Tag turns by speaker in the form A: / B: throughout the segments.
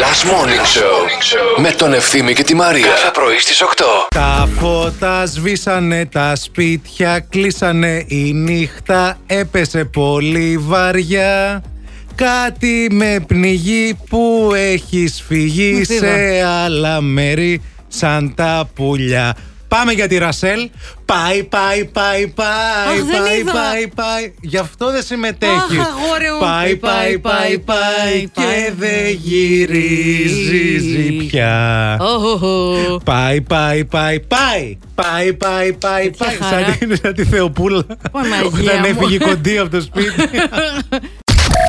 A: Last Morning Show με τον Ευθύμη και τη Μαρία. Κάθε πρωί στις 8.
B: Τα φώτα σβήσανε, τα σπίτια κλείσανε, η νύχτα έπεσε πολύ βαριά. Κάτι με πνιγεί που έχει φυγεί
C: Μη
B: σε άλλα μέρη σαν τα πουλιά. Πάμε για τη Ρασέλ. Πάει, πάει, πάει, πάει,
C: Αχ, δεν
B: πάει,
C: είδα.
B: πάει, πάει. Γι' αυτό δεν συμμετέχεις.
C: Αχ, αγόρι μου.
B: Πάει, πάει, πάει, πάει και
C: Πάει.
B: δεν γυρίζει πια.
C: Ωχωχω.
B: Πάει, πάει, πάει, πάει. Πάει, πάει, πάει, πάει.
C: χαρά.
B: Σαν την- Σαν τη Θεοπούλα.
C: Ω, μαγεία
B: Όταν
C: μου.
B: έφυγε κοντή από το σπίτι.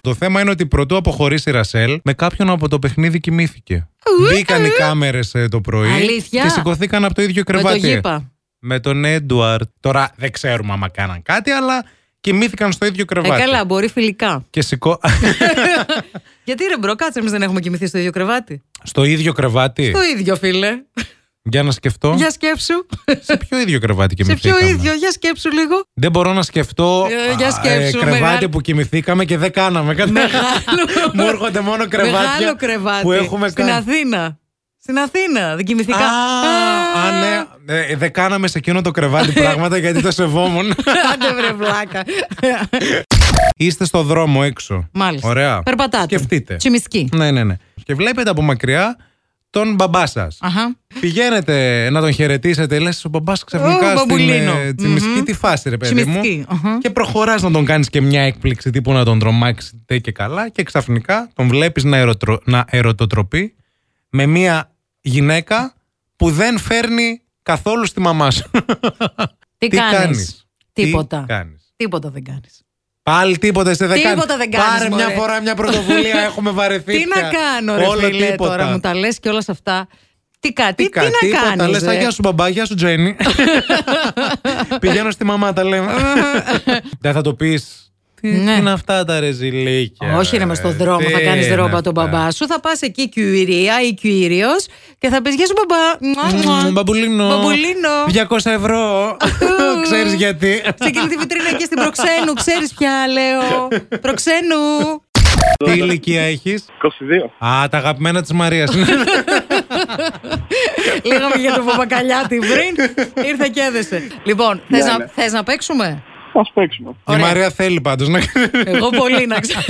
B: Το θέμα είναι ότι πρωτού αποχωρήσει η Ρασέλ, με κάποιον από το παιχνίδι κοιμήθηκε. Μπήκαν οι κάμερε το πρωί
C: Αλήθεια?
B: και σηκωθήκαν από το ίδιο
C: Με το
B: κρεβάτι.
C: γήπα.
B: Με τον Έντουαρτ. Τώρα δεν ξέρουμε άμα κάναν κάτι, αλλά κοιμήθηκαν στο ίδιο
C: Ε,
B: κρεβάτι.
C: καλά, μπορεί φιλικά.
B: Και σηκώ.
C: Γιατί ρε μπρο, κάτσε, εμείς δεν έχουμε κοιμηθεί στο ίδιο κρεβάτι.
B: στο ίδιο κρεβάτι.
C: Το ίδιο,
B: Λοιπόν.
C: φίλε.
B: Για να σκεφτώ.
C: Για σκέψου.
B: Σε ποιο ίδιο κρεβάτι
C: Σε
B: κοιμηθήκαμε.
C: ποιο ίδιο, για σκέψου λίγο.
B: Δεν μπορώ να σκεφτώ
C: Ε, για
B: α,
C: σκέψου,
B: κρεβάτι
C: μεγάλο-
B: που κοιμηθήκαμε και δεν κάναμε. Κατα-
C: Μεγάλο-
B: Μου έρχονται μόνο κρεβάτια
C: Μεγάλο κρεβάτι.
B: που έχουμε
C: Στην
B: κάνει.
C: Αθήνα. Στην Αθήνα. Δεν κοιμηθήκα.
B: Α, α, ναι. Ε, δεν κάναμε σε εκείνο το κρεβάτι πράγματα γιατί το σεβόμουν.
C: Άντε βρε βλάκα.
B: Είστε στο δρόμο έξω.
C: Μάλιστα.
B: Ωραία.
C: Περπατάτε.
B: Σκεφτείτε.
C: Τσιμισκή.
B: Ναι, ναι, ναι. Και βλέπετε από μακριά τον μπαμπά σας.
C: Αχα.
B: Πηγαίνετε να τον χαιρετήσετε, λες ο μπαμπάς ξαφνικά
C: Ω,
B: στην
C: μπαμπουλίνο.
B: ε, τσιμισκή
C: Μμμ.
B: τι φάση, ρε παιδί μου.
C: Τσιμισκή, αχα.
B: Και προχωράς να τον κάνεις και μια έκπληξη τύπου να τον τρομάξετε και καλά. Και ξαφνικά τον βλέπεις να, ερωτρο... να ερωτοτροπεί με μια γυναίκα που δεν φέρνει καθόλου στη μαμά σου.
C: Τι,
B: κάνεις?
C: κάνεις? Τίποτα.
B: Τι κάνεις?
C: Τίποτα δεν κάνεις.
B: Πάλι τίποτα εσύ δεν
C: Τίποτα
B: κάνεις.
C: δεν κάνεις,
B: Πάρε μια
C: μωρέ.
B: φορά μια πρωτοβουλία, έχουμε βαρεθεί.
C: Τι
B: πια.
C: να κάνω, ρε
B: Όλο
C: φίλε,
B: τίποτα.
C: τώρα μου τα λες και όλα σε αυτά. Τι, κα, τι, τι,
B: κα-
C: να
B: τίποτα.
C: κάνεις.
B: Λες, «Α, γεια σου μπαμπά, γεια σου Τζένι. Πηγαίνω στη μαμά, τα λέμε. Δεν θα το πεις. Τι,
C: Ναι.
B: τι είναι αυτά τα ρεζιλίκια.
C: Όχι, είναι μες στον δρόμο. Θα
B: Τι
C: κάνεις
B: είναι
C: ρόμπα
B: αυτά.
C: τον μπαμπά σου. Θα πας εκεί, κυρία ή κύριο, και θα πεις Γεια σου, μπαμπά. Μουα, μουα.
B: Μμμ, Μπαμπουλίνο.
C: Μπαμπουλίνο.
B: 200 ευρώ. Ξέρεις γιατί.
C: Σε εκείνη τη βιτρίνα εκεί στην προξένου, ξέρεις πια, λέω. Προξένου.
B: Τι ηλικία έχεις.
D: 22.
B: Α, τα αγαπημένα της Μαρίας.
C: Λέγαμε για τον Παπακαλιάτη πριν. Ήρθε και έδεσε. Λοιπόν, θες να, θες να παίξουμε.
D: Ας παίξουμε.
B: Η Μαρία θέλει πάντως να
C: Εγώ πολύ να ξέρεις.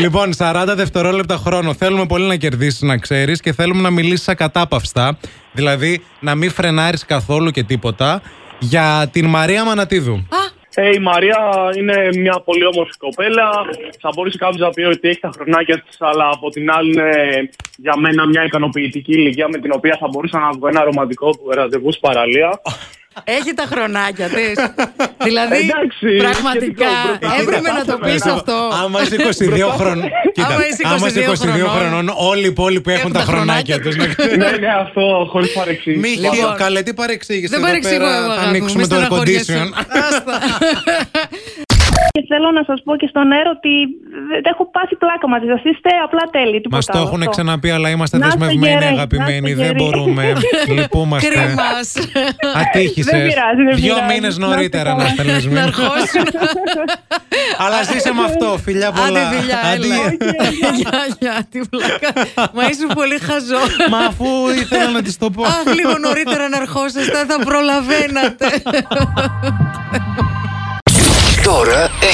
B: Λοιπόν, 40 δευτερόλεπτα χρόνο. Θέλουμε πολύ να κερδίσεις, να ξέρεις και θέλουμε να μιλήσεις ακατάπαυστα. Δηλαδή, να μην φρενάρεις καθόλου και τίποτα. Για την Μαρία Μανατίδου.
D: Ε, η Μαρία είναι μια πολύ όμορφη κοπέλα. Θα μπορούσε κάποιος να πει ότι έχει τα χρονάκια της, αλλά από την άλλη είναι για μένα μια ικανοποιητική ηλικία με την οποία θα μπορούσα να βγω ένα ρομαντικό ραντεβού στην παραλία.
C: Έχει τα χρονάκια της. δηλαδή,
D: Εντάξει,
C: πραγματικά
D: σχετικό, μπροστά.
C: έπρεπε να το πει
B: Κοίτα,
C: αυτό.
B: Άμα είσαι 22 χρονών. Κοίτα,
C: Άμα είσαι
B: άμα είσαι
C: 22 χρονών,
B: χρονών, όλοι οι υπόλοιποι έχουν τα χρονάκια του.
D: ναι, ναι, αυτό χωρίς παρεξήγηση.
B: Μη
C: Λοιπόν,
B: χείλο, καλέ, τι παρεξήγησε.
C: Δεν
B: εδώ
C: παρεξηγώ
B: πέρα,
C: εγώ.
B: Θα
C: αγάπη μου,
B: ανοίξουμε
C: μη
B: το air
C: στεναχωριέσαι.
B: condition.
C: Άστα.
E: Και θέλω να σας πω και στον αέρα ότι δεν έχω πάθει πλάκα μαζί σας. Είστε απλά τέλειοι.
B: Μα
E: τίποτα
B: το
E: άλλο.
B: έχουν
E: Αυτό.
B: ξαναπεί, αλλά είμαστε
E: Να είστε
B: δεσμευμένοι,
E: γεροί, να
B: αγαπημένοι.
E: είστε
B: Δεν
E: γεροί.
B: μπορούμε. Λυπούμαστε.
C: Κρίμας.
B: Ατύχησες.
E: Δεν πειράζει, δεν
B: Δύο
E: πειράζει.
B: μήνες
E: Να
B: νωρίτερα
E: είστε
B: να είστε
C: Να
B: λεσμένοι.
C: αρχώσουν.
B: Αλλά ζήσε με αυτό, φιλιά πολλά.
C: Άντε φιλιά,
B: Αντί-
C: έλα. Γεια, γεια, τι βλάκα. Μα είσαι πολύ χαζό.
B: Μα αφού ήθελα να της το πω.
C: Αχ, λίγο νωρίτερα να αρχόσαστε, θα προλαβαίνατε.
A: Τώρα